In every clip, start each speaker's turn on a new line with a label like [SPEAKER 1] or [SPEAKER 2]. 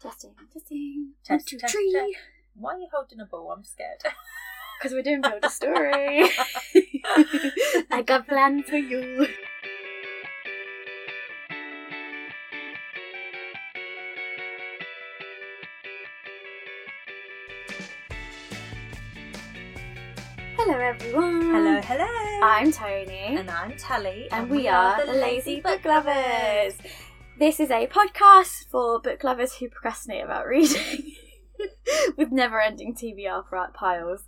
[SPEAKER 1] Testing, testing.
[SPEAKER 2] Test,
[SPEAKER 1] One, two,
[SPEAKER 2] test,
[SPEAKER 1] three.
[SPEAKER 2] test. Why are you holding a bow? I'm scared.
[SPEAKER 1] Because we're doing build a story. I got a plan for you. Hello, everyone.
[SPEAKER 2] hello, hello.
[SPEAKER 1] I'm Tony.
[SPEAKER 2] and I'm Tally,
[SPEAKER 1] and we are the Lazy Book Lovers. This is a podcast for book lovers who procrastinate about reading with never ending TBR fr- piles.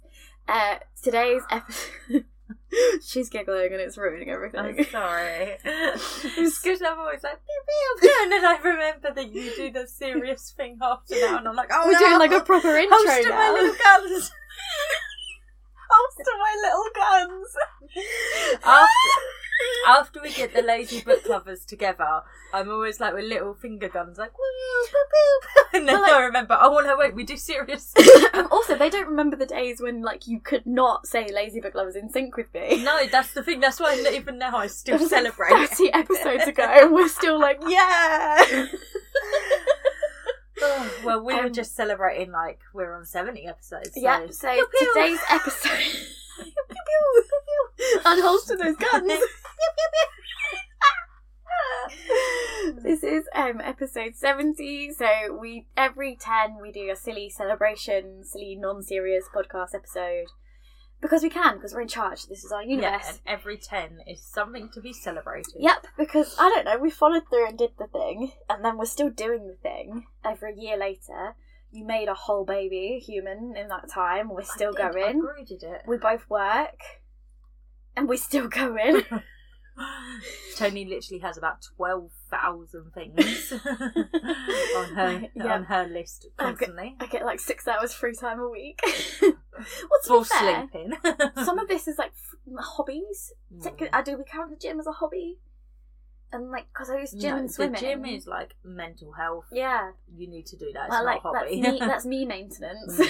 [SPEAKER 1] Uh, today's episode. She's giggling and it's ruining
[SPEAKER 2] I'm
[SPEAKER 1] everything.
[SPEAKER 2] sorry. it's good. I'm always like, pew, pew, pew, and then I remember that you do the serious thing after that, and I'm like, oh,
[SPEAKER 1] We're
[SPEAKER 2] no.
[SPEAKER 1] doing like a proper intro
[SPEAKER 2] Holster my
[SPEAKER 1] now.
[SPEAKER 2] little guns. Holster my little guns. After, after we get the lazy book lovers together, I'm always like with little finger guns, like woo, boop, boop. and then
[SPEAKER 1] But, like-
[SPEAKER 2] I remember. Oh no, wait, we do serious.
[SPEAKER 1] And Um, also, they don't remember the days when like you could not say "lazy book lovers" in sync with me.
[SPEAKER 2] no, that's the thing. That's why even now I
[SPEAKER 1] It
[SPEAKER 2] still
[SPEAKER 1] was like
[SPEAKER 2] celebrate.
[SPEAKER 1] Thirty episodes ago, and we're still like, yeah.
[SPEAKER 2] Oh, well, we were
[SPEAKER 1] Um,
[SPEAKER 2] just celebrating like we're on 70 episodes. So.
[SPEAKER 1] Yeah, so
[SPEAKER 2] Pew, pew.
[SPEAKER 1] today's episode. Unholster those guns. this is um, episode 70. So we every 10 we do a silly celebration, silly non-serious podcast episode because we can because we're in charge. This is our
[SPEAKER 2] Yeah,
[SPEAKER 1] universe.
[SPEAKER 2] and every 10 is something to be celebrated.
[SPEAKER 1] Yep, because I don't know, we followed through and did the thing, and then we're still doing the thing over a year later. You made a whole baby human in that time. We're still
[SPEAKER 2] I think I
[SPEAKER 1] going.
[SPEAKER 2] grew, did it.
[SPEAKER 1] We both work, and we're still going.
[SPEAKER 2] Tony literally has about twelve thousand things on her
[SPEAKER 1] Yeah.
[SPEAKER 2] on her list
[SPEAKER 1] I've got-
[SPEAKER 2] constantly.
[SPEAKER 1] I get like six hours free time a week. well, to
[SPEAKER 2] Full
[SPEAKER 1] be fair,
[SPEAKER 2] sleeping. Mm.
[SPEAKER 1] some of this is like f- hobbies. Like, I do we count the gym as a hobby? And like, because I use
[SPEAKER 2] No,
[SPEAKER 1] gym and swimming.
[SPEAKER 2] The gym is like mental health.
[SPEAKER 1] yeah.
[SPEAKER 2] You need to do that. It's
[SPEAKER 1] well,
[SPEAKER 2] not
[SPEAKER 1] like
[SPEAKER 2] a hobby. Mm.
[SPEAKER 1] that's me. That's me maintenance.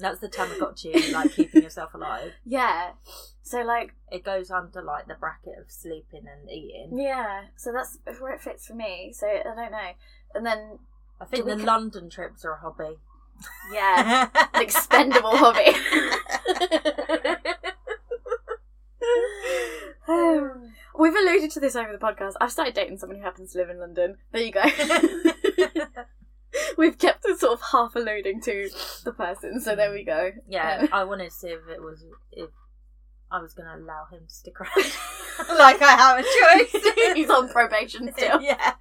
[SPEAKER 2] That's the Tamagotchi, like keeping yourself alive.
[SPEAKER 1] yeah. So like,
[SPEAKER 2] It goes under like the bracket of sleeping and eating.
[SPEAKER 1] yeah. So that's where it fits for me. So I don't know. And then
[SPEAKER 2] I think
[SPEAKER 1] Do we
[SPEAKER 2] the
[SPEAKER 1] ca-
[SPEAKER 2] London trips are a hobby.
[SPEAKER 1] yeah, an expendable hobby. Um,
[SPEAKER 2] Oh.
[SPEAKER 1] We've alluded to this over the podcast. I've started dating someone who happens to live in London. There you go. We've kept it sort of half alluding to the person, so there we go.
[SPEAKER 2] Yeah,
[SPEAKER 1] Um,
[SPEAKER 2] I wanted to see if it was if I was going to allow him to stick around. like I have
[SPEAKER 1] He's on probation still.
[SPEAKER 2] yeah.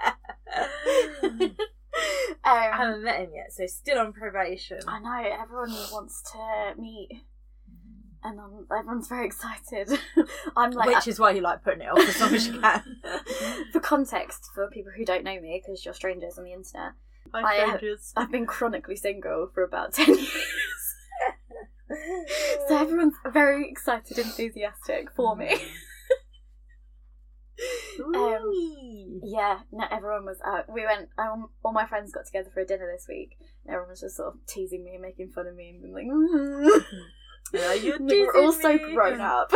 [SPEAKER 2] I
[SPEAKER 1] Um,
[SPEAKER 2] haven't met him yet, so he's still on probation.
[SPEAKER 1] I know everyone wants to meet, and um, everyone's very excited. I'm like,
[SPEAKER 2] Which is why you like putting it off as long as you can.
[SPEAKER 1] for context, for people who don't know me, because you're strangers on the internet,
[SPEAKER 2] My
[SPEAKER 1] I-
[SPEAKER 2] strangers.
[SPEAKER 1] I've been chronically single for about ten years. So everyone's very excited, enthusiastic for me. Um,
[SPEAKER 2] Ooh.
[SPEAKER 1] Yeah, no, everyone was out. We went. Um, all my friends got together for a dinner this week. And everyone was just sort of teasing me and making fun of me and being like, mm.
[SPEAKER 2] Yeah, you're
[SPEAKER 1] Like, we're all so
[SPEAKER 2] teasing me.
[SPEAKER 1] grown up.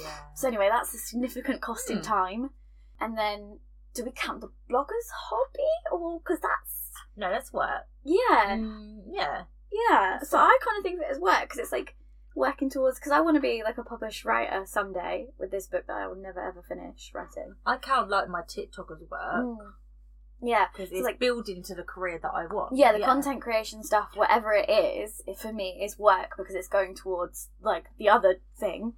[SPEAKER 2] Yeah.
[SPEAKER 1] so anyway, that's a significant cost in
[SPEAKER 2] Hmm.
[SPEAKER 1] time. And then, do we count the bloggers hobby or because that's
[SPEAKER 2] No, that's work.
[SPEAKER 1] yeah,
[SPEAKER 2] Mm, yeah.
[SPEAKER 1] yeah. So I kind of think of it as work because it's like working towards because I want to be like a published writer someday with this book that I will never ever finish writing.
[SPEAKER 2] I count like my TikTok as work
[SPEAKER 1] Mm. Yeah,
[SPEAKER 2] because
[SPEAKER 1] So,
[SPEAKER 2] it's
[SPEAKER 1] like-
[SPEAKER 2] like building to the career that I want.
[SPEAKER 1] yeah the content creation stuff whatever it is it, for me is work because it's going towards like the other thing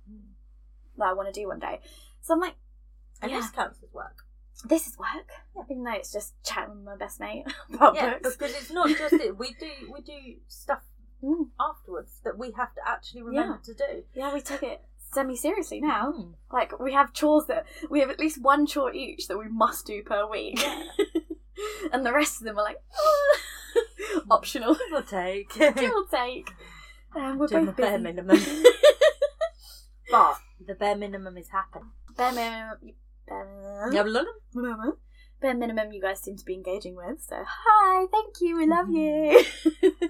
[SPEAKER 1] that i want to do one day so i'm like
[SPEAKER 2] Mm. and
[SPEAKER 1] yeah,
[SPEAKER 2] this counts as work.
[SPEAKER 1] this is work even though it's just chatting with my best mate about
[SPEAKER 2] yeah,
[SPEAKER 1] books
[SPEAKER 2] because it's not just it. We do we do stuff
[SPEAKER 1] Mm,
[SPEAKER 2] afterwards that we have to actually remember to do.
[SPEAKER 1] yeah we take it semi seriously now
[SPEAKER 2] Mm.
[SPEAKER 1] like we have chores that we have at least one chore each that we must do per week and the rest of them are like "Ah, optional
[SPEAKER 2] Give or take.
[SPEAKER 1] give or take um, we're
[SPEAKER 2] Doing the
[SPEAKER 1] both
[SPEAKER 2] bare
[SPEAKER 1] busy.
[SPEAKER 2] minimum. but the bare minimum is happening.
[SPEAKER 1] bare minimum bare minimum. minimum. Bare minimum you guys seem to be engaging with, so hi, thank you, we love you.
[SPEAKER 2] Mm-hmm.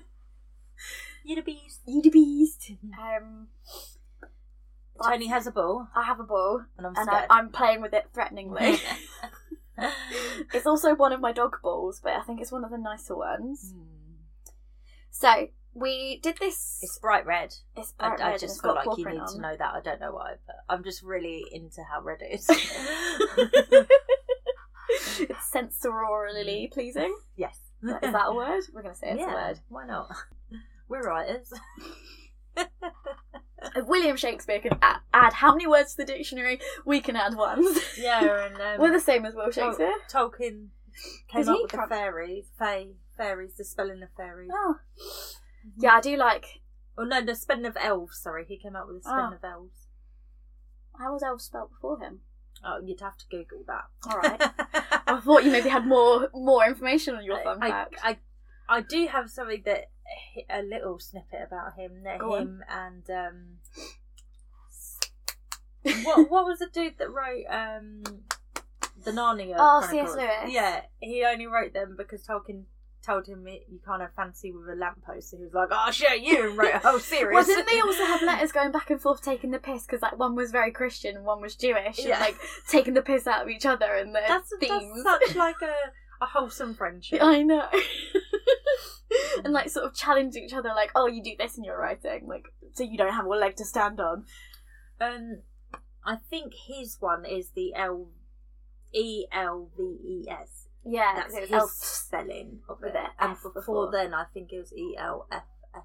[SPEAKER 2] You're the beast.
[SPEAKER 1] you the beast.
[SPEAKER 2] Mm-hmm.
[SPEAKER 1] Um,
[SPEAKER 2] Tony has a ball,
[SPEAKER 1] I have a ball
[SPEAKER 2] and I'm
[SPEAKER 1] and
[SPEAKER 2] scared.
[SPEAKER 1] I, I'm playing with it threateningly. It's also one of my dog balls, but I think it's one of the nicer
[SPEAKER 2] Mm.
[SPEAKER 1] ones.
[SPEAKER 2] Hmm.
[SPEAKER 1] So we did this.
[SPEAKER 2] It's bright red.
[SPEAKER 1] it's
[SPEAKER 2] I,
[SPEAKER 1] bright
[SPEAKER 2] I
[SPEAKER 1] red and it's
[SPEAKER 2] just feel
[SPEAKER 1] got
[SPEAKER 2] like
[SPEAKER 1] paw
[SPEAKER 2] you
[SPEAKER 1] print
[SPEAKER 2] need to
[SPEAKER 1] on.
[SPEAKER 2] know that. I don't know why, but I'm just really into how red it is.
[SPEAKER 1] it's sensorily pleasing.
[SPEAKER 2] yes.
[SPEAKER 1] Is that a word? We're going to say it's
[SPEAKER 2] Mm. yeah,
[SPEAKER 1] a word.
[SPEAKER 2] Why not? We're writers.
[SPEAKER 1] If William Shakespeare can a- add how many words to the dictionary, we can add ones.
[SPEAKER 2] Yeah, and um,
[SPEAKER 1] We're the same as Will Shakespeare.
[SPEAKER 2] Tolkien came
[SPEAKER 1] Did
[SPEAKER 2] up
[SPEAKER 1] he
[SPEAKER 2] with
[SPEAKER 1] come-
[SPEAKER 2] the fairies, fae, fairies, the spelling of fairies.
[SPEAKER 1] Oh. Yeah, I do like.
[SPEAKER 2] Oh no, the spelling of elves. Sorry, he came up with the spelling
[SPEAKER 1] Oh.
[SPEAKER 2] of elves.
[SPEAKER 1] How was elf spelt before him?
[SPEAKER 2] Oh, you'd have to Google that.
[SPEAKER 1] All right. I thought you maybe had more more information on your fun
[SPEAKER 2] I,
[SPEAKER 1] fact.
[SPEAKER 2] I, I do have something that a little snippet about him. That
[SPEAKER 1] Go on.
[SPEAKER 2] him and um, what what was the dude that wrote um, the Narnia?
[SPEAKER 1] Oh, C.S.
[SPEAKER 2] Chronicles?
[SPEAKER 1] Lewis.
[SPEAKER 2] Yeah, he only wrote them because Tolkien told him it, you can't have fancy with a lamppost. So he was like, "I'll show you," and wrote a whole series.
[SPEAKER 1] Well, didn't they also have letters going back and forth taking the piss because like one was very Christian, and one was Jewish,
[SPEAKER 2] Yeah.
[SPEAKER 1] and like taking the piss out of each other and their
[SPEAKER 2] That's,
[SPEAKER 1] themes.
[SPEAKER 2] that's such like a, a wholesome friendship.
[SPEAKER 1] I know. and like sort of challenge each other, like, oh, you do this in your writing, like, so you don't have one leg to stand on.
[SPEAKER 2] Um, I think his one is the L E L V E S.
[SPEAKER 1] Yeah, Ah,
[SPEAKER 2] That's
[SPEAKER 1] so it's
[SPEAKER 2] his
[SPEAKER 1] elf.
[SPEAKER 2] spelling of
[SPEAKER 1] with
[SPEAKER 2] it.
[SPEAKER 1] a
[SPEAKER 2] And
[SPEAKER 1] F
[SPEAKER 2] before,
[SPEAKER 1] before.
[SPEAKER 2] then, I think it was E L F S.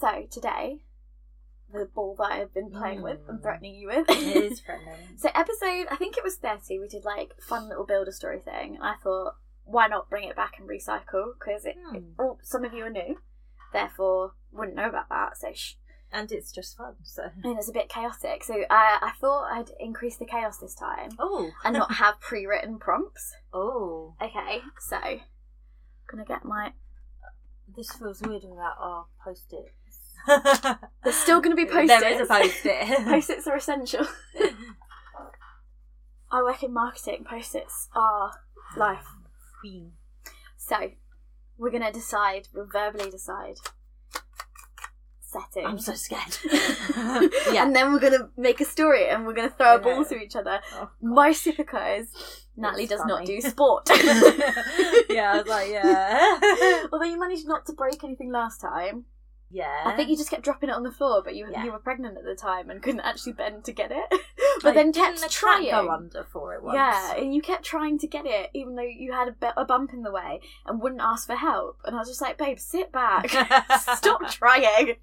[SPEAKER 1] So today, the ball that I've been playing with and
[SPEAKER 2] Mm.
[SPEAKER 1] threatening you with
[SPEAKER 2] It is friendly.
[SPEAKER 1] So episode, I think it was thirty. We did like fun little builder story thing. I thought, why not bring it back and recycle? Because it,
[SPEAKER 2] Hmm.
[SPEAKER 1] it- oh, some of you are new, therefore wouldn't know about that. So shh.
[SPEAKER 2] and it's just fun. So
[SPEAKER 1] and it's a bit chaotic. So I, I thought I'd increase the chaos this time
[SPEAKER 2] oh
[SPEAKER 1] and not have pre-written prompts.
[SPEAKER 2] oh,
[SPEAKER 1] Okay, so gonna get my.
[SPEAKER 2] this feels weird without our post it.
[SPEAKER 1] There's still gonna be post-its.
[SPEAKER 2] There is a post it.
[SPEAKER 1] Post-its are essential. I work in marketing. Post-its are life.
[SPEAKER 2] Queen.
[SPEAKER 1] So, we're gonna decide, we'll verbally decide
[SPEAKER 2] I'm
[SPEAKER 1] settings.
[SPEAKER 2] so scared.
[SPEAKER 1] And then we're gonna make a story and we're gonna throw a
[SPEAKER 2] Yeah.
[SPEAKER 1] ball to each other.
[SPEAKER 2] Oh,
[SPEAKER 1] Mostly because Natalie does not
[SPEAKER 2] funny.
[SPEAKER 1] do sport.
[SPEAKER 2] yeah, I was like, yeah,
[SPEAKER 1] Although you managed not to break anything last time.
[SPEAKER 2] yeah.
[SPEAKER 1] I think you just kept dropping it on the floor, but you
[SPEAKER 2] Yeah.
[SPEAKER 1] you were pregnant at the time and couldn't actually bend to get it. But then
[SPEAKER 2] didn't
[SPEAKER 1] kept
[SPEAKER 2] the cat
[SPEAKER 1] trying.
[SPEAKER 2] Go under for it once.
[SPEAKER 1] Yeah, and you kept trying to get it, even though you had a, bu- a bump in the way and wouldn't ask for help. And I was just like, babe, sit back. Stop trying. You're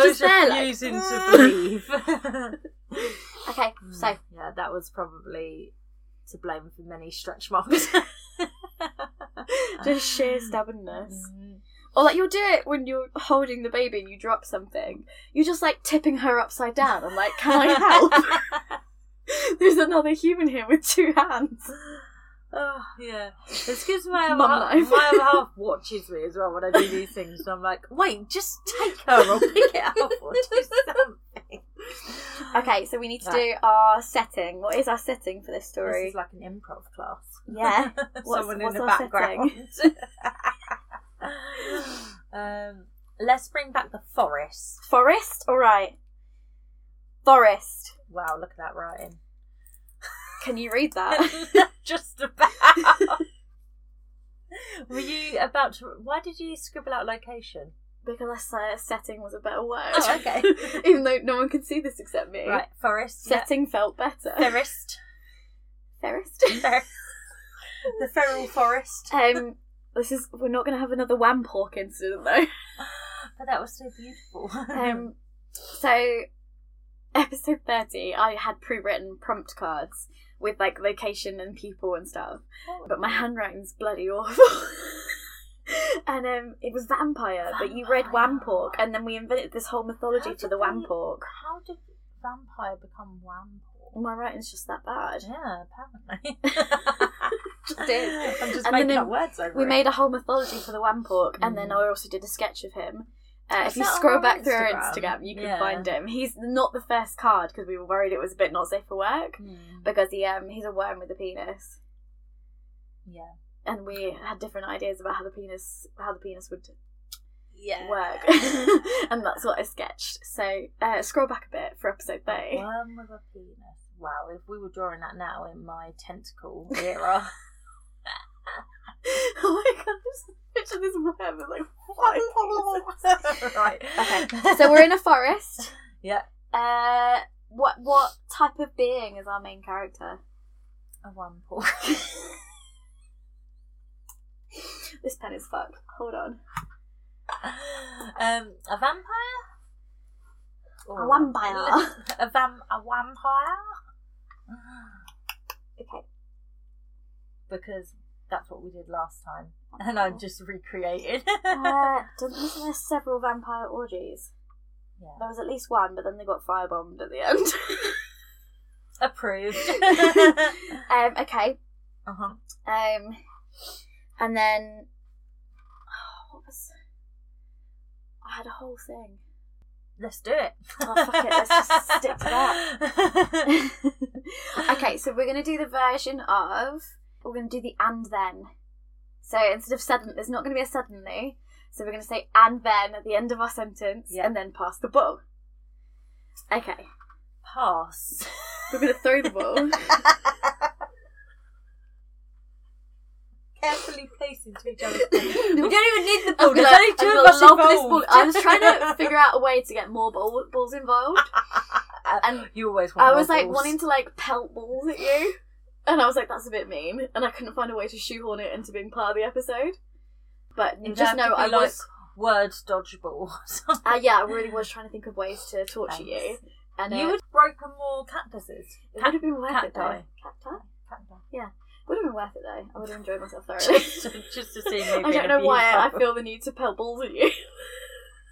[SPEAKER 2] I was
[SPEAKER 1] just there, like,
[SPEAKER 2] refusing
[SPEAKER 1] "Mm."
[SPEAKER 2] to breathe.
[SPEAKER 1] Okay, so
[SPEAKER 2] yeah, that was probably to blame for many stretch marks.
[SPEAKER 1] just sheer stubbornness.
[SPEAKER 2] Mm.
[SPEAKER 1] Or like you'll do it when you're holding the baby and you drop something. You're just like tipping her upside down. I'm like, can I help? There's another human here with two hands.
[SPEAKER 2] Oh, yeah, it's because my other
[SPEAKER 1] Mum
[SPEAKER 2] half,
[SPEAKER 1] life.
[SPEAKER 2] my other half watches me as well when I do these things, and I'm like, wait, just take her or pick it up or do something.
[SPEAKER 1] Okay, so we need to
[SPEAKER 2] Right.
[SPEAKER 1] do our setting. What is our setting for this
[SPEAKER 2] This
[SPEAKER 1] story?
[SPEAKER 2] is like an improv class.
[SPEAKER 1] yeah. What's-
[SPEAKER 2] Someone
[SPEAKER 1] what's
[SPEAKER 2] in the
[SPEAKER 1] our setting?
[SPEAKER 2] background. um, let's bring back the forest.
[SPEAKER 1] Forest? Alright. Forest.
[SPEAKER 2] Wow, look at that writing.
[SPEAKER 1] Can you read that?
[SPEAKER 2] Just about. Were you about to? Why did you scribble out location?
[SPEAKER 1] because I said setting was a better word.
[SPEAKER 2] Oh, okay.
[SPEAKER 1] Even though no one could see this except me.
[SPEAKER 2] Right, forest. yeah.
[SPEAKER 1] Setting felt better.
[SPEAKER 2] Forest.
[SPEAKER 1] Forest.
[SPEAKER 2] Fer- the feral forest.
[SPEAKER 1] um, this is we're not going to have another Wampawk incident though.
[SPEAKER 2] But Oh, that was so beautiful.
[SPEAKER 1] Um, so episode thirty, I had pre-written prompt cards with like location and people and stuff, but my handwriting's bloody awful. and um, it was vampire, but you read Wampawk, and then we invented this whole mythology
[SPEAKER 2] How
[SPEAKER 1] for
[SPEAKER 2] did
[SPEAKER 1] the
[SPEAKER 2] they-
[SPEAKER 1] Wampawk.
[SPEAKER 2] How did vampire become wampor?
[SPEAKER 1] My writing's just that bad.
[SPEAKER 2] Yeah, apparently.
[SPEAKER 1] Just did.
[SPEAKER 2] I'm just
[SPEAKER 1] And then
[SPEAKER 2] making up
[SPEAKER 1] in-
[SPEAKER 2] words over
[SPEAKER 1] We
[SPEAKER 2] it.
[SPEAKER 1] made a whole mythology for the Wampawk, and then
[SPEAKER 2] Mm.
[SPEAKER 1] I also did a sketch of him. Uh,
[SPEAKER 2] Is
[SPEAKER 1] if you
[SPEAKER 2] that on
[SPEAKER 1] scroll
[SPEAKER 2] our
[SPEAKER 1] back through our
[SPEAKER 2] Instagram?
[SPEAKER 1] Instagram, you can
[SPEAKER 2] Yeah.
[SPEAKER 1] find him. He's not the first card because we were worried it was a bit not safe for work
[SPEAKER 2] Hmm,
[SPEAKER 1] because he um he's a worm with a penis,
[SPEAKER 2] Yeah.
[SPEAKER 1] and we had different ideas about how the penis how the penis would
[SPEAKER 2] Yeah.
[SPEAKER 1] work, and that's what I sketched. So uh, scroll back a bit for episode thirty.
[SPEAKER 2] Worm with a penis. wow, if we were drawing that now in my tentacle era,
[SPEAKER 1] oh my god, I just picture this web and like
[SPEAKER 2] right.
[SPEAKER 1] Okay, so we're in a forest.
[SPEAKER 2] Yeah.
[SPEAKER 1] Uh, what what type of being is our main character?
[SPEAKER 2] a one pull.
[SPEAKER 1] This pen is fucked. Hold on.
[SPEAKER 2] um, a vampire. Or-
[SPEAKER 1] A vampire.
[SPEAKER 2] A vam. A vampire.
[SPEAKER 1] Okay.
[SPEAKER 2] Because that's what we did last time, and
[SPEAKER 1] Oh.
[SPEAKER 2] I'm just recreating.
[SPEAKER 1] Uh, does there several vampire orgies?
[SPEAKER 2] Yeah.
[SPEAKER 1] There was at least one, but then they got firebombed at the end.
[SPEAKER 2] Approved.
[SPEAKER 1] um, okay.
[SPEAKER 2] uh-huh.
[SPEAKER 1] Um, and then what was? I had a whole thing.
[SPEAKER 2] Let's do it.
[SPEAKER 1] Oh, fuck it, let's just stick to
[SPEAKER 2] that.
[SPEAKER 1] okay, so we're gonna do the version of we're gonna do the and then. So instead of sudden, there's not gonna be a suddenly. So we're gonna say and then at the end of our sentence,
[SPEAKER 2] Yeah.
[SPEAKER 1] and then pass the ball. Okay,
[SPEAKER 2] Pass.
[SPEAKER 1] we're gonna throw the ball.
[SPEAKER 2] Carefully placed into each other's
[SPEAKER 1] we
[SPEAKER 2] hands. don't even need the
[SPEAKER 1] I'm gonna- I'm gonna lob this ball- I was trying to
[SPEAKER 2] figure
[SPEAKER 1] figure out a way to get more ball, balls involved.
[SPEAKER 2] and you always want
[SPEAKER 1] I was
[SPEAKER 2] more
[SPEAKER 1] like
[SPEAKER 2] balls.
[SPEAKER 1] wanting to like pelt balls at you, and I was like, that's a bit mean, and I couldn't find a way to shoehorn it into being part of the episode. But
[SPEAKER 2] It'd
[SPEAKER 1] just
[SPEAKER 2] have to
[SPEAKER 1] know
[SPEAKER 2] be
[SPEAKER 1] I was
[SPEAKER 2] like word dodgeball. or something.
[SPEAKER 1] Uh, yeah, I really was trying to think of ways to torture you.
[SPEAKER 2] Thanks.
[SPEAKER 1] And
[SPEAKER 2] You
[SPEAKER 1] uh,
[SPEAKER 2] would broken more cactuses.
[SPEAKER 1] it would have been worth it though.
[SPEAKER 2] cacti.
[SPEAKER 1] Cacti?
[SPEAKER 2] Cacti.
[SPEAKER 1] Would have been worth it though. I would have enjoyed myself thoroughly.
[SPEAKER 2] just, just to see me.
[SPEAKER 1] I
[SPEAKER 2] being
[SPEAKER 1] don't know why I
[SPEAKER 2] abused.
[SPEAKER 1] feel the need to pelt balls at you.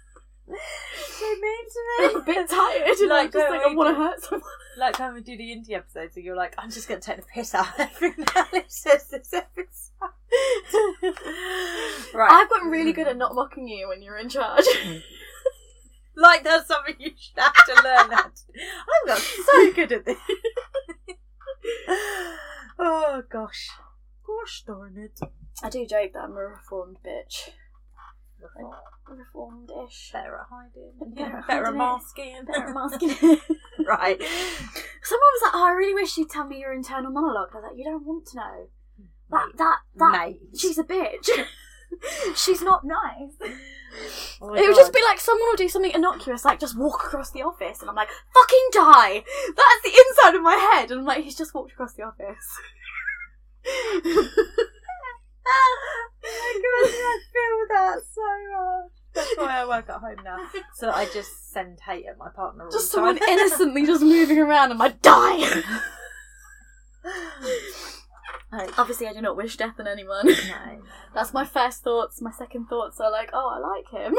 [SPEAKER 2] so mean to me.
[SPEAKER 1] I'm a bit tired and like, just
[SPEAKER 2] when
[SPEAKER 1] like I
[SPEAKER 2] we
[SPEAKER 1] want to
[SPEAKER 2] do-
[SPEAKER 1] hurt someone.
[SPEAKER 2] Like when we do the indie episodes, and you're like, I'm just going to take the piss out of every man who says this episode. right.
[SPEAKER 1] I've gotten really good at not mocking you when you're in charge.
[SPEAKER 2] Like that's something you should have to learn. That I'm not so good at this. oh gosh, gosh darn it!
[SPEAKER 1] I do joke that I'm a reformed bitch.
[SPEAKER 2] You're
[SPEAKER 1] Reformed-ish.
[SPEAKER 2] Better at hiding.
[SPEAKER 1] Better
[SPEAKER 2] Yeah,
[SPEAKER 1] at
[SPEAKER 2] better at
[SPEAKER 1] hiding it.
[SPEAKER 2] masking.
[SPEAKER 1] Better at masking.
[SPEAKER 2] right.
[SPEAKER 1] Someone was like, oh, I really wish you'd tell me your internal monologue. I was like, you don't want to know. That, that, that,
[SPEAKER 2] Mate.
[SPEAKER 1] she's a bitch. she's not nice.
[SPEAKER 2] Oh my
[SPEAKER 1] it would
[SPEAKER 2] God.
[SPEAKER 1] just be like someone will do something innocuous, like just walk across the office, and I'm like, fucking die! That's the inside of my head, and I'm like, he's just walked across the office.
[SPEAKER 2] oh my god, I feel that so much. That's why I work at home now. So I just send hate at my partner. all
[SPEAKER 1] just
[SPEAKER 2] the time.
[SPEAKER 1] someone innocently just moving around, and I die.
[SPEAKER 2] Like,
[SPEAKER 1] Obviously, I do not wish death on anyone.
[SPEAKER 2] no.
[SPEAKER 1] That's my first thoughts. My second thoughts are like, oh, I like him.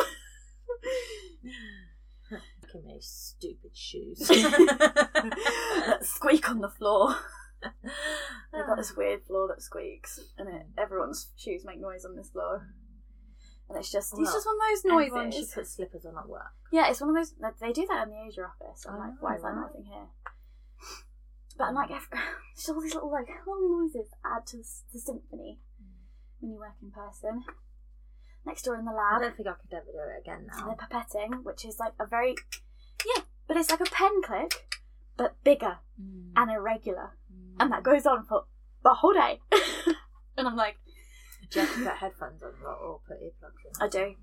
[SPEAKER 2] Look in those stupid shoes.
[SPEAKER 1] That squeak on the floor. They've got
[SPEAKER 2] They've
[SPEAKER 1] this weird floor that squeaks, and it, everyone's shoes make noise on this floor. And it's just, it's
[SPEAKER 2] Well,
[SPEAKER 1] just one of those
[SPEAKER 2] Everyone
[SPEAKER 1] noises.
[SPEAKER 2] should put slippers on at work.
[SPEAKER 1] Yeah, it's one of those. like, They do that in the Asia office. I'm
[SPEAKER 2] Oh,
[SPEAKER 1] like, why is that
[SPEAKER 2] right.
[SPEAKER 1] not a thing here? But I'm like, I've- it's all these little like long noises add to the, s- the symphony when you work in person. Next door in the
[SPEAKER 2] I
[SPEAKER 1] lab,
[SPEAKER 2] don't think I could ever do it again
[SPEAKER 1] they're
[SPEAKER 2] now.
[SPEAKER 1] pipetting, which is like a very yeah, but it's like a pen click, but bigger and
[SPEAKER 2] Mm.
[SPEAKER 1] irregular, and that goes on for the whole day. and I'm like,
[SPEAKER 2] Do you have to put headphones on or- or put earplugs in?
[SPEAKER 1] I do.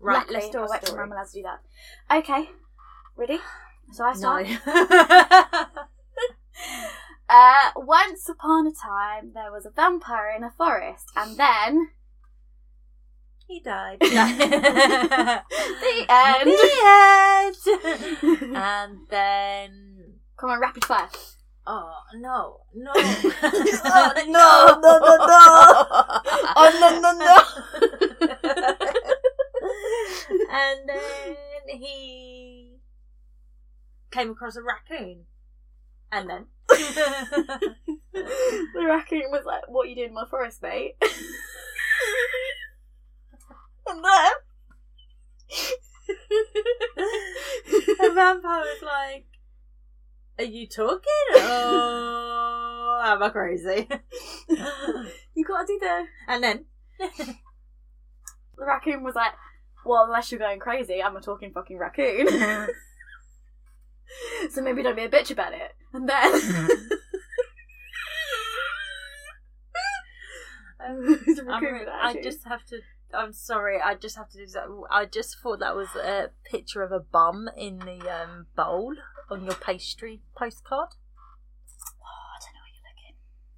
[SPEAKER 2] Right,
[SPEAKER 1] Luckily,
[SPEAKER 2] let's
[SPEAKER 1] I
[SPEAKER 2] do a
[SPEAKER 1] work from
[SPEAKER 2] story.
[SPEAKER 1] home, I'm allowed to do that. Okay, ready? So I start.
[SPEAKER 2] No.
[SPEAKER 1] Uh, once upon a time, there was a vampire in a forest, and then
[SPEAKER 2] he died.
[SPEAKER 1] the end. Uh,
[SPEAKER 2] The end. and then.
[SPEAKER 1] Come on, rapid fire.
[SPEAKER 2] Oh no! No!
[SPEAKER 1] Oh, no, no, no, Oh, no.
[SPEAKER 2] no! and then he came across a raccoon, and then
[SPEAKER 1] the raccoon was like, "What are you doing in my forest, mate?" and then
[SPEAKER 2] the vampire was like, "Are you talking? Oh, am I crazy?"
[SPEAKER 1] you gotta do the.
[SPEAKER 2] and then
[SPEAKER 1] The
[SPEAKER 2] Mm-hmm.
[SPEAKER 1] raccoon was like, "Well, unless you're going crazy, I'm a talking fucking raccoon." So maybe don't be a bitch about it. And then
[SPEAKER 2] Um,
[SPEAKER 1] It's a
[SPEAKER 2] I'm
[SPEAKER 1] recruitment
[SPEAKER 2] re- I
[SPEAKER 1] issue.
[SPEAKER 2] just have to. I'm sorry. I just have to do that. I just thought that was a picture of a bum in the um, bowl on your pastry postcard.
[SPEAKER 1] Oh,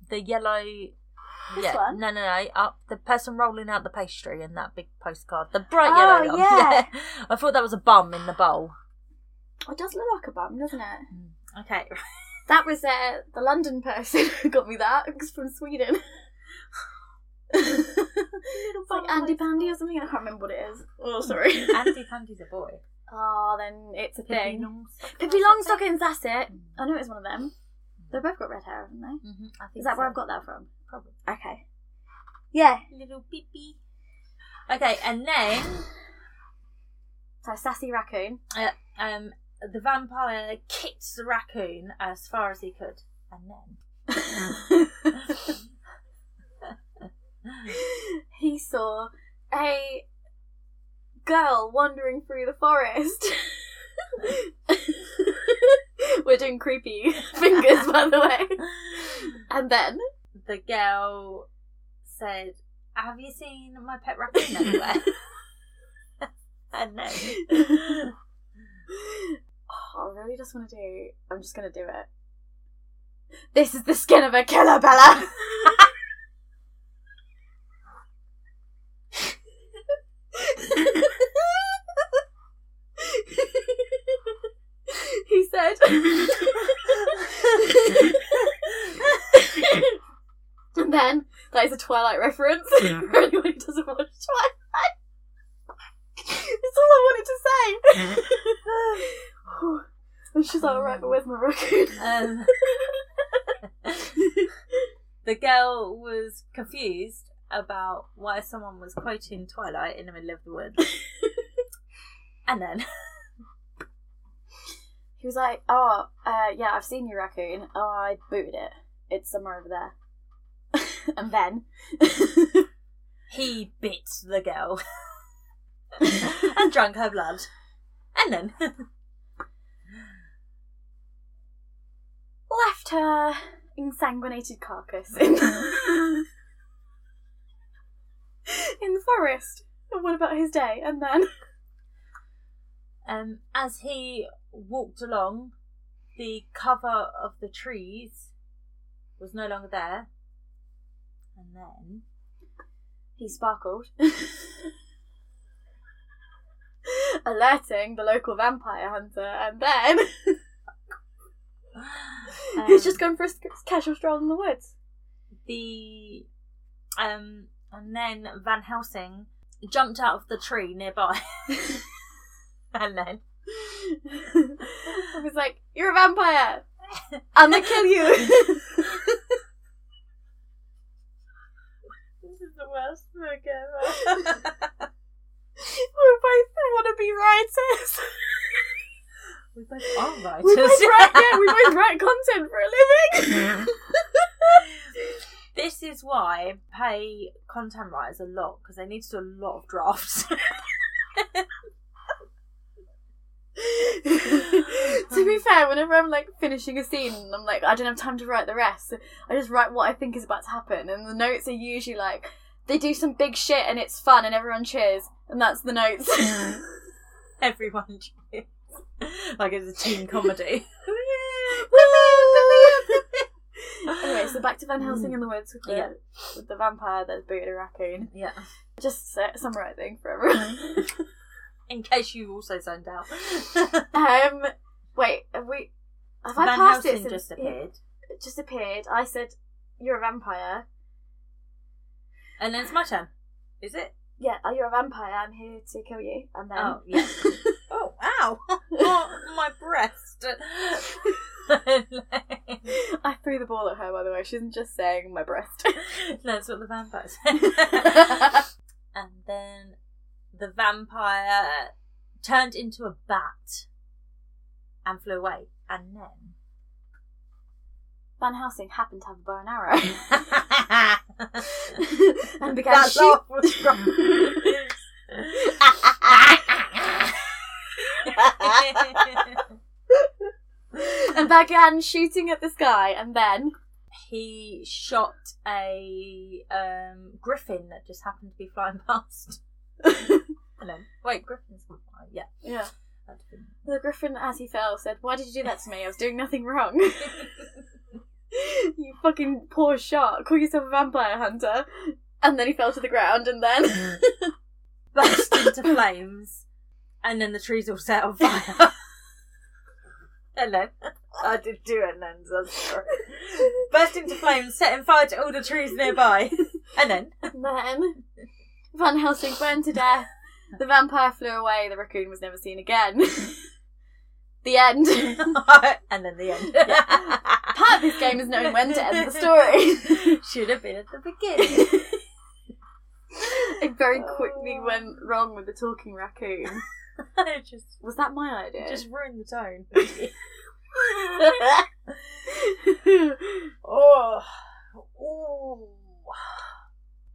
[SPEAKER 2] The yellow.
[SPEAKER 1] This
[SPEAKER 2] yeah,
[SPEAKER 1] one?
[SPEAKER 2] no, no, no. Up the person rolling out the pastry in that big postcard, the bright
[SPEAKER 1] Oh,
[SPEAKER 2] yellow. one.
[SPEAKER 1] yeah.
[SPEAKER 2] I thought that was a bum in the bowl.
[SPEAKER 1] It does look like a bum, doesn't it?
[SPEAKER 2] Okay,
[SPEAKER 1] That was uh, the London person who got me that. It's from Sweden. it's like Andy Pandy or something. I can't remember what it is. Oh, sorry.
[SPEAKER 2] Andy Pandy's a boy.
[SPEAKER 1] oh, then it's a
[SPEAKER 2] Pippi
[SPEAKER 1] thing.
[SPEAKER 2] Longstocking.
[SPEAKER 1] Pippi Longstockings, that's it. I knew it was one of them. They both got red hair, haven't they?
[SPEAKER 2] Mhm, I think
[SPEAKER 1] Is that where
[SPEAKER 2] so.
[SPEAKER 1] I've got that from?
[SPEAKER 2] Probably.
[SPEAKER 1] Okay. Yeah.
[SPEAKER 2] little peepee. Okay, and then
[SPEAKER 1] So sassy raccoon.
[SPEAKER 2] um, the vampire kicks the raccoon as far as he could, and then
[SPEAKER 1] he saw a girl wandering through the forest. We're doing creepy fingers, by the way. And then
[SPEAKER 2] the girl said, "Have you seen my pet raccoon anywhere?" and then
[SPEAKER 1] Oh, I really just want to do. I'm just gonna do it. This is the skin of a killer, Bella. he said. and then that is a Twilight reference. For anyone who doesn't watch Twilight, that's all I wanted to say. and she's like, alright, but where's my raccoon?
[SPEAKER 2] um, the girl was confused about why someone was quoting Twilight in the middle of the woods. and then
[SPEAKER 1] He was like, oh, uh, yeah, I've seen your raccoon. Oh, I booted it. It's somewhere over there. and then.
[SPEAKER 2] he bit the girl and drank her blood. And then
[SPEAKER 1] left her ensanguinated carcass in the, in the forest. And what about his day? And then.
[SPEAKER 2] um, as he walked along, the cover of the trees was no longer there. And then
[SPEAKER 1] He sparkled. Alerting the local vampire hunter, and then
[SPEAKER 2] um,
[SPEAKER 1] he's just going for a s- casual stroll in the woods.
[SPEAKER 2] the um and then Van Helsing jumped out of the tree nearby. and then
[SPEAKER 1] I was like, "You're a vampire. I'm gonna kill you."
[SPEAKER 2] This is the worst book ever.
[SPEAKER 1] we both want to be writers.
[SPEAKER 2] we both are writers.
[SPEAKER 1] We both write, yeah, we both write content for a living.
[SPEAKER 2] this is why pay content writers a lot because they need to do a lot of drafts.
[SPEAKER 1] to
[SPEAKER 2] Um,
[SPEAKER 1] be fair, whenever I'm like finishing a scene, and I'm like, I don't have time to write the rest. so I just write what I think is about to happen, and the notes are usually like, they do some big shit and it's fun and everyone cheers, and that's the notes.
[SPEAKER 2] Everyone, cheers. like it's a teen comedy.
[SPEAKER 1] anyway, so back to Van Helsing in the woods with the
[SPEAKER 2] Mm. Yeah.
[SPEAKER 1] with the vampire that's booted a raccoon.
[SPEAKER 2] yeah.
[SPEAKER 1] Just uh, summarising for everyone.
[SPEAKER 2] Mm. In case you also zoned out,
[SPEAKER 1] um, wait, have we? Have I
[SPEAKER 2] Van
[SPEAKER 1] passed
[SPEAKER 2] Helsing
[SPEAKER 1] it?
[SPEAKER 2] just
[SPEAKER 1] since-
[SPEAKER 2] appeared,
[SPEAKER 1] It just appeared. I said, "You're a vampire."
[SPEAKER 2] and then it's my turn. Is it?
[SPEAKER 1] yeah, oh, you're a vampire. I'm here to kill you. And then
[SPEAKER 2] Oh, yeah. oh, ow! oh, my breast.
[SPEAKER 1] I threw the ball at her. By the way, she's just saying my breast.
[SPEAKER 2] That's what the vampire said. and then the vampire turned into a bat and flew away. And then.
[SPEAKER 1] Van Helsing happened to have a bow and arrow and began
[SPEAKER 2] That
[SPEAKER 1] shooting.
[SPEAKER 2] laugh was from-
[SPEAKER 1] and began shooting at the sky, and then
[SPEAKER 2] he shot a um, griffin that just happened to be flying past. Hello. Wait, griffins can fly. Yeah.
[SPEAKER 1] yeah,
[SPEAKER 2] that's been-
[SPEAKER 1] the griffin, as he fell, said, "Why did you do that to me? I was doing nothing wrong." you fucking poor shark, call yourself a vampire hunter. And then he fell to the ground, and then
[SPEAKER 2] Burst into flames, and then the trees all set on fire. Hello. I did do it, then. so I'm sorry. Burst into flames, setting fire to all the trees nearby. And then
[SPEAKER 1] and then Van Helsing burned to death. The vampire flew away. The raccoon was never seen again. the end.
[SPEAKER 2] and then the end.
[SPEAKER 1] Part of this game is knowing when to end the story.
[SPEAKER 2] Should have been at the beginning.
[SPEAKER 1] it very quickly went wrong with the talking raccoon.
[SPEAKER 2] I just
[SPEAKER 1] Was that my idea?
[SPEAKER 2] just ruined the tone. oh, oh,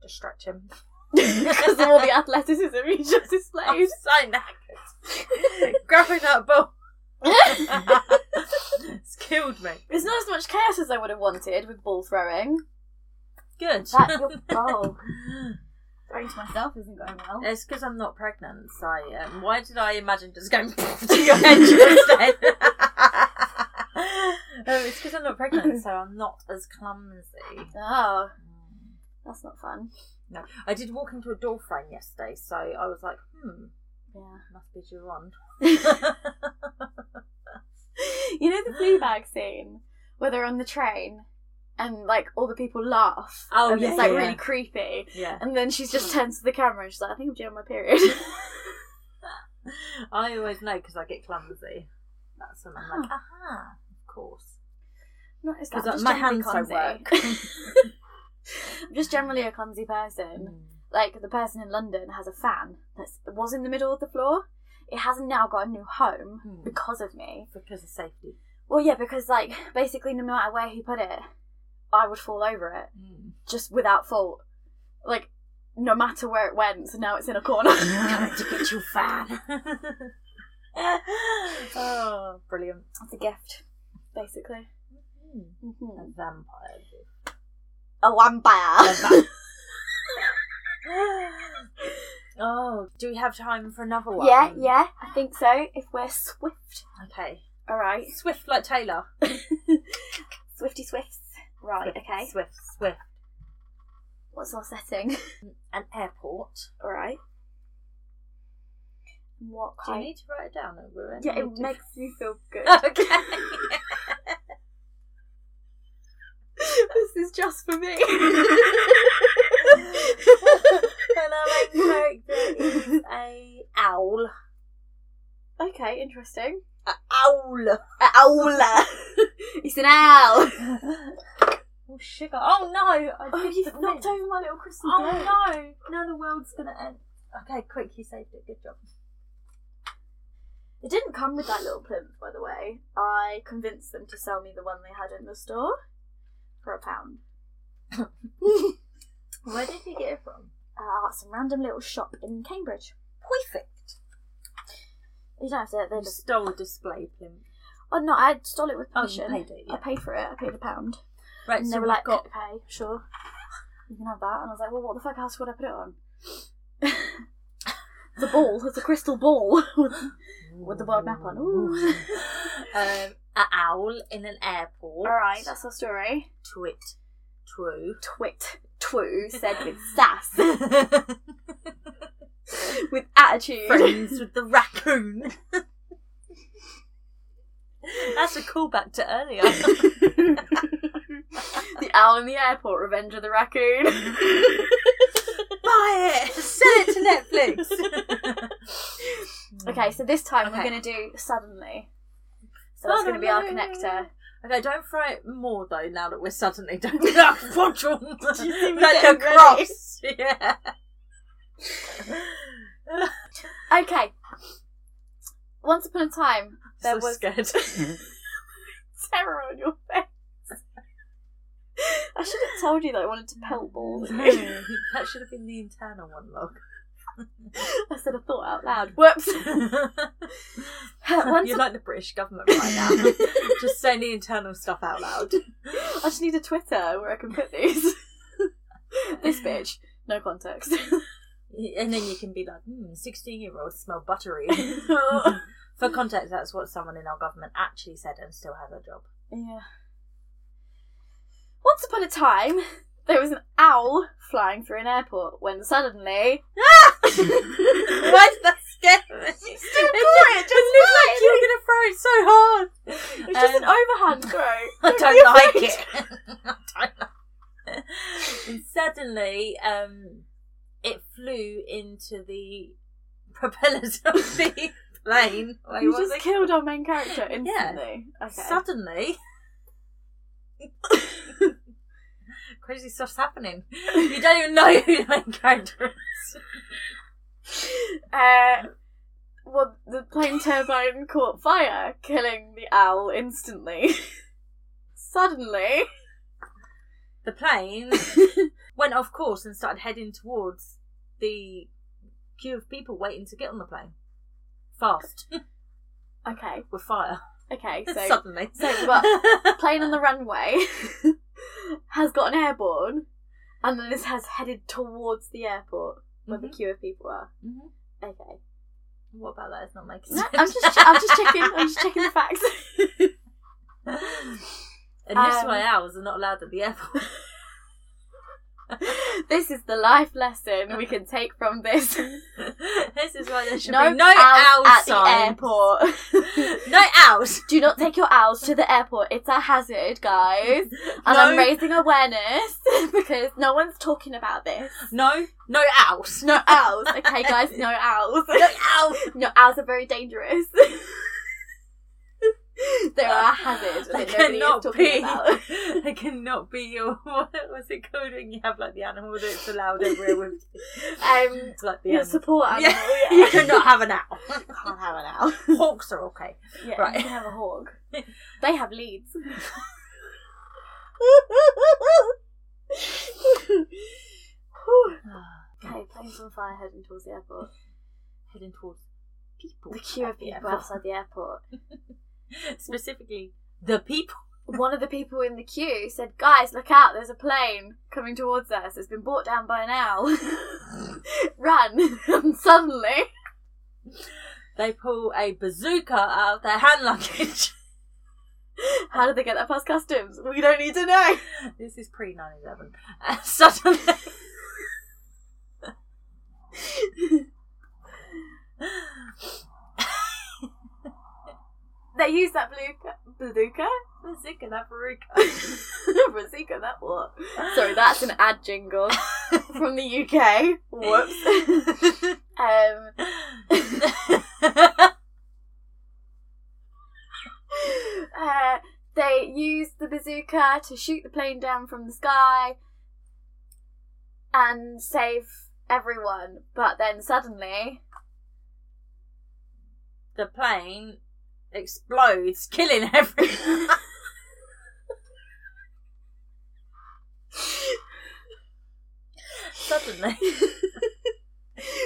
[SPEAKER 2] distract him.
[SPEAKER 1] Because of all the athleticism he just
[SPEAKER 2] I'm
[SPEAKER 1] displayed.
[SPEAKER 2] so knackered. Grabbing that ball it's killed me.
[SPEAKER 1] It's not as much chaos as I would have wanted with ball throwing.
[SPEAKER 2] Good.
[SPEAKER 1] That oh. your bowl. Throwing to myself isn't going well.
[SPEAKER 2] It's because I'm not pregnant, so um, why did I imagine just going to your head instead? um, it's because I'm not pregnant, so I'm not as clumsy.
[SPEAKER 1] Oh, that's not fun.
[SPEAKER 2] No, I did walk into a door frame yesterday, so I was like, hmm,
[SPEAKER 1] Yeah.
[SPEAKER 2] must be Duran.
[SPEAKER 1] You know the flea bag scene where they're on the train and like all the people laugh.
[SPEAKER 2] Oh,
[SPEAKER 1] and
[SPEAKER 2] yeah,
[SPEAKER 1] It's like
[SPEAKER 2] yeah,
[SPEAKER 1] really
[SPEAKER 2] yeah.
[SPEAKER 1] creepy.
[SPEAKER 2] yeah,
[SPEAKER 1] And then she just turns to the camera and she's like, I think I'm doing my period.
[SPEAKER 2] I always know because I get clumsy. That's when I'm like, aha, of course.
[SPEAKER 1] Not as that,
[SPEAKER 2] 'Cause, uh,
[SPEAKER 1] just
[SPEAKER 2] my
[SPEAKER 1] generally
[SPEAKER 2] hands don't
[SPEAKER 1] clumsy. I'm just generally a clumsy
[SPEAKER 2] Mm.
[SPEAKER 1] person. Like the person in London has a fan that was in the middle of the floor. It has now got a new home
[SPEAKER 2] Hmm.
[SPEAKER 1] because of me.
[SPEAKER 2] Because of safety.
[SPEAKER 1] Well, yeah, because like basically, no matter where he put it, I would fall over it
[SPEAKER 2] Mm.
[SPEAKER 1] just without fault. Like no matter where it went, so now it's in a corner.
[SPEAKER 2] Going to get your fan. oh, brilliant.
[SPEAKER 1] it's a gift, basically.
[SPEAKER 2] A
[SPEAKER 1] hmm
[SPEAKER 2] vampire.
[SPEAKER 1] A vampire.
[SPEAKER 2] oh, do we have time for another one?
[SPEAKER 1] yeah, yeah, I think so. If we're swift,
[SPEAKER 2] Okay.
[SPEAKER 1] all right.
[SPEAKER 2] Swift like Taylor.
[SPEAKER 1] Swifty Swifts. Right, okay.
[SPEAKER 2] Swift, swift.
[SPEAKER 1] What's our setting?
[SPEAKER 2] An airport.
[SPEAKER 1] Alright. What
[SPEAKER 2] Do you
[SPEAKER 1] kind?
[SPEAKER 2] need to write it down? Or will
[SPEAKER 1] Yeah, it
[SPEAKER 2] need to-
[SPEAKER 1] makes me feel good.
[SPEAKER 2] okay.
[SPEAKER 1] this is just for me.
[SPEAKER 2] and our main character is a owl.
[SPEAKER 1] okay, interesting.
[SPEAKER 2] A owl.
[SPEAKER 1] owl. it's an owl.
[SPEAKER 2] Oh sugar! Oh no! I
[SPEAKER 1] Oh,
[SPEAKER 2] did
[SPEAKER 1] you've
[SPEAKER 2] the
[SPEAKER 1] knocked
[SPEAKER 2] thing.
[SPEAKER 1] over my little crystal ball.
[SPEAKER 2] Oh no! Now the world's gonna end. Okay, quick, you saved it. Good job.
[SPEAKER 1] It didn't come with that little plinth, by the way. I convinced them to sell me the one they had in the store for a pound.
[SPEAKER 2] Where did you get it from?
[SPEAKER 1] Uh, some random little shop in Cambridge.
[SPEAKER 2] Perfect.
[SPEAKER 1] You don't have to. They're
[SPEAKER 2] You
[SPEAKER 1] just.
[SPEAKER 2] stole a display plinth.
[SPEAKER 1] Oh no, I stole it with
[SPEAKER 2] Oh, you
[SPEAKER 1] permission.
[SPEAKER 2] paid it, yeah.
[SPEAKER 1] I paid for it. I paid a pound.
[SPEAKER 2] Right,
[SPEAKER 1] And
[SPEAKER 2] so
[SPEAKER 1] they were
[SPEAKER 2] we've
[SPEAKER 1] like,
[SPEAKER 2] got
[SPEAKER 1] okay, sure. You can have that. And I was like, well, what the fuck else would I put it on? the ball. It's a crystal ball. with the world map on. Ooh.
[SPEAKER 2] um, an owl in an airport.
[SPEAKER 1] Alright, that's our story.
[SPEAKER 2] twit, true.
[SPEAKER 1] Twit. Twoo said with sass. with attitude.
[SPEAKER 2] Friends with the raccoon. That's a callback to earlier.
[SPEAKER 1] the owl in the airport, Revenge of the Raccoon.
[SPEAKER 2] Buy it. Sell it to Netflix.
[SPEAKER 1] okay, so this time we're
[SPEAKER 2] Okay.
[SPEAKER 1] going to do Suddenly. So that's going to be our connector.
[SPEAKER 2] Okay, don't throw it more though. Now that we're suddenly done with that quadrant,
[SPEAKER 1] Do you see me
[SPEAKER 2] like a
[SPEAKER 1] getting ready?
[SPEAKER 2] cross. Yeah.
[SPEAKER 1] Okay. Once upon a time, there
[SPEAKER 2] so
[SPEAKER 1] was
[SPEAKER 2] scared.
[SPEAKER 1] terror on your face. I should have told you that I wanted to pelt balls.
[SPEAKER 2] Oh, that should have been the internal one, log.
[SPEAKER 1] I said a thought out loud. Whoops. Once
[SPEAKER 2] You're like the British government right now, just saying the internal stuff out loud.
[SPEAKER 1] I just need a Twitter where I can put these. this bitch. No context.
[SPEAKER 2] And then you can be like, hmm, 16 year olds smell buttery.
[SPEAKER 1] yeah.
[SPEAKER 2] For context, that's what someone in our government actually said and still has a job.
[SPEAKER 1] Once upon a time, there was an owl flying through an airport when suddenly.
[SPEAKER 2] Why's that scary? Still
[SPEAKER 1] it, just
[SPEAKER 2] like you were gonna throw it so hard.
[SPEAKER 1] It's just an
[SPEAKER 2] Um,
[SPEAKER 1] overhand throw. be
[SPEAKER 2] I don't like
[SPEAKER 1] afraid.
[SPEAKER 2] it. I don't like it. And suddenly, um, it flew into the propellers of the plane. Wait,
[SPEAKER 1] You
[SPEAKER 2] what was
[SPEAKER 1] just
[SPEAKER 2] it?
[SPEAKER 1] killed our main character instantly. Okay.
[SPEAKER 2] Suddenly. Crazy stuff's happening. You don't even know who the main character is.
[SPEAKER 1] Uh, well, the plane turbine caught fire, killing the owl instantly. Suddenly,
[SPEAKER 2] The plane went off course and started heading towards the queue of people waiting to get on the plane. Fast.
[SPEAKER 1] okay,
[SPEAKER 2] With fire.
[SPEAKER 1] okay. So,
[SPEAKER 2] Suddenly.
[SPEAKER 1] so what- plane on the runway has gotten airborne, and then this has headed towards the airport where the
[SPEAKER 2] Mhm,
[SPEAKER 1] queue of people are.
[SPEAKER 2] mhm.
[SPEAKER 1] Okay,
[SPEAKER 2] What about that? It's not making
[SPEAKER 1] no,
[SPEAKER 2] sense.
[SPEAKER 1] I'm just, I'm just checking, I'm just checking the facts.
[SPEAKER 2] and this is why
[SPEAKER 1] Um,
[SPEAKER 2] owls are not allowed at the airport.
[SPEAKER 1] this is the life lesson we can take from this.
[SPEAKER 2] this is why there should
[SPEAKER 1] No,
[SPEAKER 2] be no
[SPEAKER 1] owls
[SPEAKER 2] owl
[SPEAKER 1] at the
[SPEAKER 2] signs.
[SPEAKER 1] airport.
[SPEAKER 2] No owls.
[SPEAKER 1] Do not take your owls to the airport. It's a hazard, guys. And I'm
[SPEAKER 2] no,
[SPEAKER 1] raising awareness because no one's talking about this.
[SPEAKER 2] no, no owls.
[SPEAKER 1] No owls, okay, guys? No owls.
[SPEAKER 2] No owls.
[SPEAKER 1] No, owls are very dangerous. They're a hazard
[SPEAKER 2] They
[SPEAKER 1] that nobody is
[SPEAKER 2] cannot
[SPEAKER 1] talking
[SPEAKER 2] be.
[SPEAKER 1] about.
[SPEAKER 2] They cannot be your what was it called when you have like the animal that's allowed everywhere with you?
[SPEAKER 1] Um,
[SPEAKER 2] It's like the
[SPEAKER 1] Your
[SPEAKER 2] animal.
[SPEAKER 1] support
[SPEAKER 2] Yeah.
[SPEAKER 1] animal. Yeah.
[SPEAKER 2] You cannot have an owl.
[SPEAKER 1] Can't have an owl.
[SPEAKER 2] Hawks are okay.
[SPEAKER 1] Yeah,
[SPEAKER 2] Right.
[SPEAKER 1] you can have a hawk. They have leads. okay, planes on fire heading towards the airport.
[SPEAKER 2] Heading towards people.
[SPEAKER 1] The queue
[SPEAKER 2] at
[SPEAKER 1] of
[SPEAKER 2] the
[SPEAKER 1] people
[SPEAKER 2] airport.
[SPEAKER 1] outside the airport.
[SPEAKER 2] Specifically, the people.
[SPEAKER 1] one of the people in the queue said, Guys, look out, there's a plane coming towards us. It's been brought down by an owl. Run. and suddenly,
[SPEAKER 2] They pull a bazooka out of their hand luggage.
[SPEAKER 1] how did they get that past customs? We don't need to know.
[SPEAKER 2] this is pre 9 11. And suddenly.
[SPEAKER 1] They used that bazooka. Bazooka?
[SPEAKER 2] bazooka, that bazooka.
[SPEAKER 1] bazooka, that what? Sorry, that's an ad jingle from the UK. Whoops. um, uh, they used the bazooka to shoot the plane down from the sky and save everyone. But then suddenly,
[SPEAKER 2] the plane explodes, killing everyone. Suddenly.
[SPEAKER 1] you know,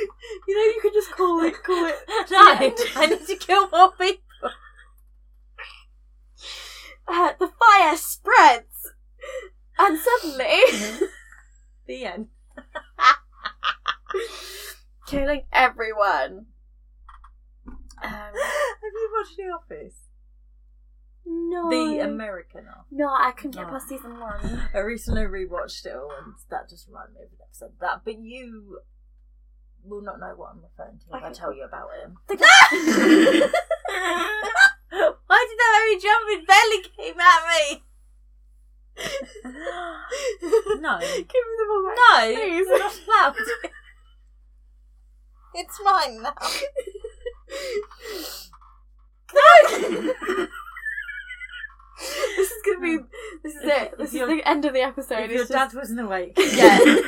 [SPEAKER 1] you could just call it, call it.
[SPEAKER 2] No, I need to kill more people.
[SPEAKER 1] Uh, the fire spreads, and suddenly,
[SPEAKER 2] The end.
[SPEAKER 1] killing everyone. Um,
[SPEAKER 2] Have you watched The Office?
[SPEAKER 1] no,
[SPEAKER 2] The American Office.
[SPEAKER 1] no, I couldn't get
[SPEAKER 2] Oh.
[SPEAKER 1] past season one.
[SPEAKER 2] I recently rewatched it all, and that just reminded me of an episode of that. But you will not know what I'm referring to if I
[SPEAKER 1] Okay.
[SPEAKER 2] tell you about it.
[SPEAKER 1] The-
[SPEAKER 2] Why did that very jumping belly came at me? no,
[SPEAKER 1] Give me the ball back.
[SPEAKER 2] no,
[SPEAKER 1] Please.
[SPEAKER 2] it's not allowed. It's mine now. No.
[SPEAKER 1] This is gonna be. This is it. This is the end of the episode.
[SPEAKER 2] if your
[SPEAKER 1] It's
[SPEAKER 2] dad wasn't awake,
[SPEAKER 1] just-
[SPEAKER 2] I'll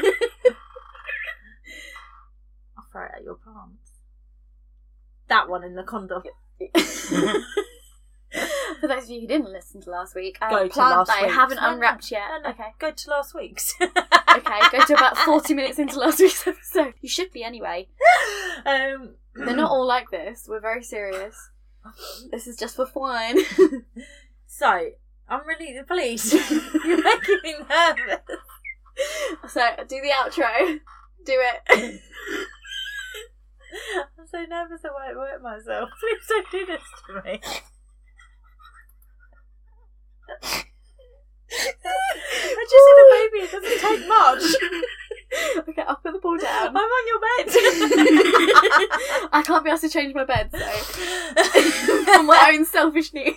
[SPEAKER 2] throw it at your palms. That one in the condom.
[SPEAKER 1] Yeah. For those of you who didn't listen to last week,
[SPEAKER 2] Go
[SPEAKER 1] um,
[SPEAKER 2] to
[SPEAKER 1] plant
[SPEAKER 2] last
[SPEAKER 1] that I
[SPEAKER 2] week's.
[SPEAKER 1] haven't
[SPEAKER 2] No, no,
[SPEAKER 1] unwrapped yet.
[SPEAKER 2] No, no,
[SPEAKER 1] Okay.
[SPEAKER 2] Go to last week's.
[SPEAKER 1] Okay, go to about 40 minutes into last week's episode. You should be anyway.
[SPEAKER 2] Um,
[SPEAKER 1] They're not all like this. We're very serious. This is just for fun.
[SPEAKER 2] So, I'm really the police. You're making me nervous.
[SPEAKER 1] so, do the outro. Do it.
[SPEAKER 2] I'm so nervous I won't work myself. Please don't do this to me. I just had a baby, it doesn't take much.
[SPEAKER 1] okay, I'll put the ball
[SPEAKER 2] I'm
[SPEAKER 1] down.
[SPEAKER 2] on your bed.
[SPEAKER 1] I can't be asked to change my bed, so. For my own selfish needs.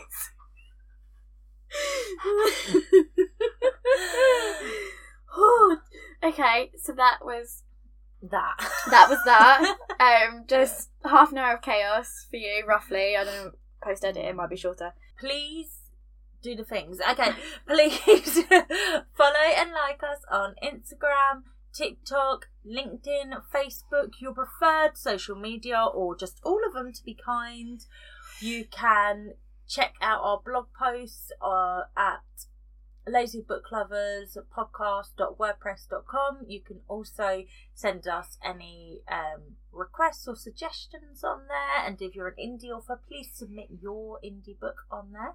[SPEAKER 1] okay, so that was
[SPEAKER 2] that.
[SPEAKER 1] that was that. Um, just half an hour of chaos for you, roughly. I don't know. Post edit, it might be shorter.
[SPEAKER 2] Please do the things. Okay, please follow and like us on Instagram, TikTok, LinkedIn, Facebook, your preferred social media, or just all of them to be kind. You can check out our blog posts uh, at lazybookloverspodcast.wordpress.com. You can also send us any um, requests or suggestions on there. And if you're an indie author, please submit your indie book on there.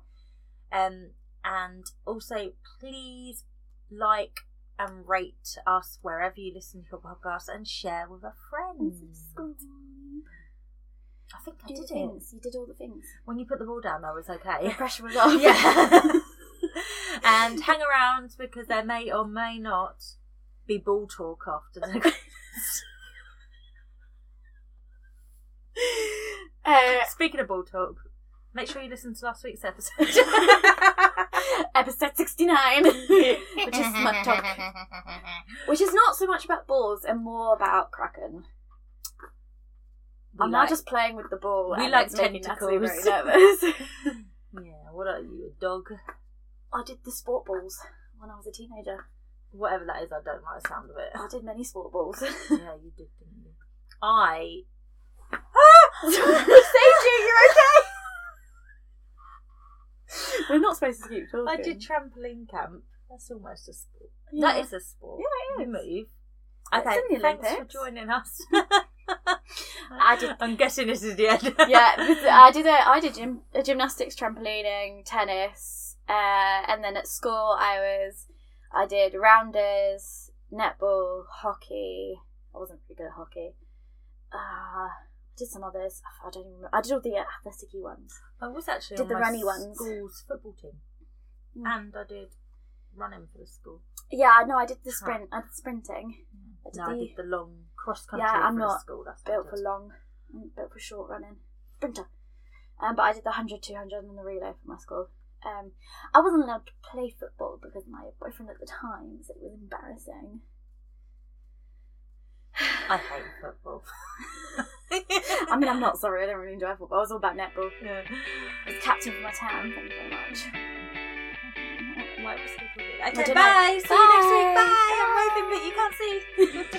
[SPEAKER 2] Um, and also, please like and rate us wherever you listen to your podcast and share with a friend.
[SPEAKER 1] Mm.
[SPEAKER 2] I think I
[SPEAKER 1] Do the
[SPEAKER 2] did it.
[SPEAKER 1] things. You did all the things.
[SPEAKER 2] When you put the ball down, I was
[SPEAKER 1] The
[SPEAKER 2] okay.
[SPEAKER 1] pressure was off.
[SPEAKER 2] yeah. and hang around because there may or may not be ball talk after the
[SPEAKER 1] Uh,
[SPEAKER 2] Speaking of ball talk, make sure you listen to last week's episode.
[SPEAKER 1] episode 69, which is smut talk. Which is not so much about balls and more about Kraken.
[SPEAKER 2] We
[SPEAKER 1] I'm
[SPEAKER 2] like-
[SPEAKER 1] now just playing with the ball.
[SPEAKER 2] We
[SPEAKER 1] and
[SPEAKER 2] like
[SPEAKER 1] it's making Natalie very nervous.
[SPEAKER 2] tentacles. Yeah, what are you, a dog?
[SPEAKER 1] I did the sport balls when I was a teenager.
[SPEAKER 2] Whatever that is, I don't like the sound of it.
[SPEAKER 1] I did many sport balls.
[SPEAKER 2] yeah, you did, didn't you? I.
[SPEAKER 1] We're not supposed to keep talking.
[SPEAKER 2] I did trampoline camp. That's almost a sport.
[SPEAKER 1] Yeah.
[SPEAKER 2] That is a sport.
[SPEAKER 1] Yeah, it is.
[SPEAKER 2] You move.
[SPEAKER 1] It's
[SPEAKER 2] Okay,
[SPEAKER 1] in the
[SPEAKER 2] thanks for
[SPEAKER 1] Olympics.
[SPEAKER 2] joining us.
[SPEAKER 1] I did-
[SPEAKER 2] I'm guessing this is the end.
[SPEAKER 1] yeah, with the- I did a I did gym, a gymnastics, trampolining, tennis, uh, and then at school I was I did rounders, netball, hockey. I wasn't pretty good at hockey. Uh, I did some others. I don't even remember. I did all the athletic ones.
[SPEAKER 2] I was actually
[SPEAKER 1] Did
[SPEAKER 2] on
[SPEAKER 1] the
[SPEAKER 2] my
[SPEAKER 1] runny ones.
[SPEAKER 2] school's football team,
[SPEAKER 1] Mm.
[SPEAKER 2] and I did running for the school.
[SPEAKER 1] Yeah, I know I did the sprint. I did sprinting. Mm. I did
[SPEAKER 2] No, I
[SPEAKER 1] the
[SPEAKER 2] did the long cross country
[SPEAKER 1] Yeah, I'm
[SPEAKER 2] for the
[SPEAKER 1] not
[SPEAKER 2] school. That's what I
[SPEAKER 1] built for
[SPEAKER 2] did.
[SPEAKER 1] long, and built for short running. Sprinter. Um, but I did the 100, 200 and the relay for my school. Um, I wasn't allowed to play football because my boyfriend at the time said it was embarrassing.
[SPEAKER 2] I hate football.
[SPEAKER 1] I mean, I'm not sorry, I don't really enjoy football. I was all about netball.
[SPEAKER 2] Yeah.
[SPEAKER 1] I was captain for my town, thank you very much.
[SPEAKER 2] Why was people doing-
[SPEAKER 1] don't
[SPEAKER 2] Okay,
[SPEAKER 1] know.
[SPEAKER 2] bye. See you next
[SPEAKER 1] Bye.
[SPEAKER 2] week. Bye. I'm waving, but you can't see.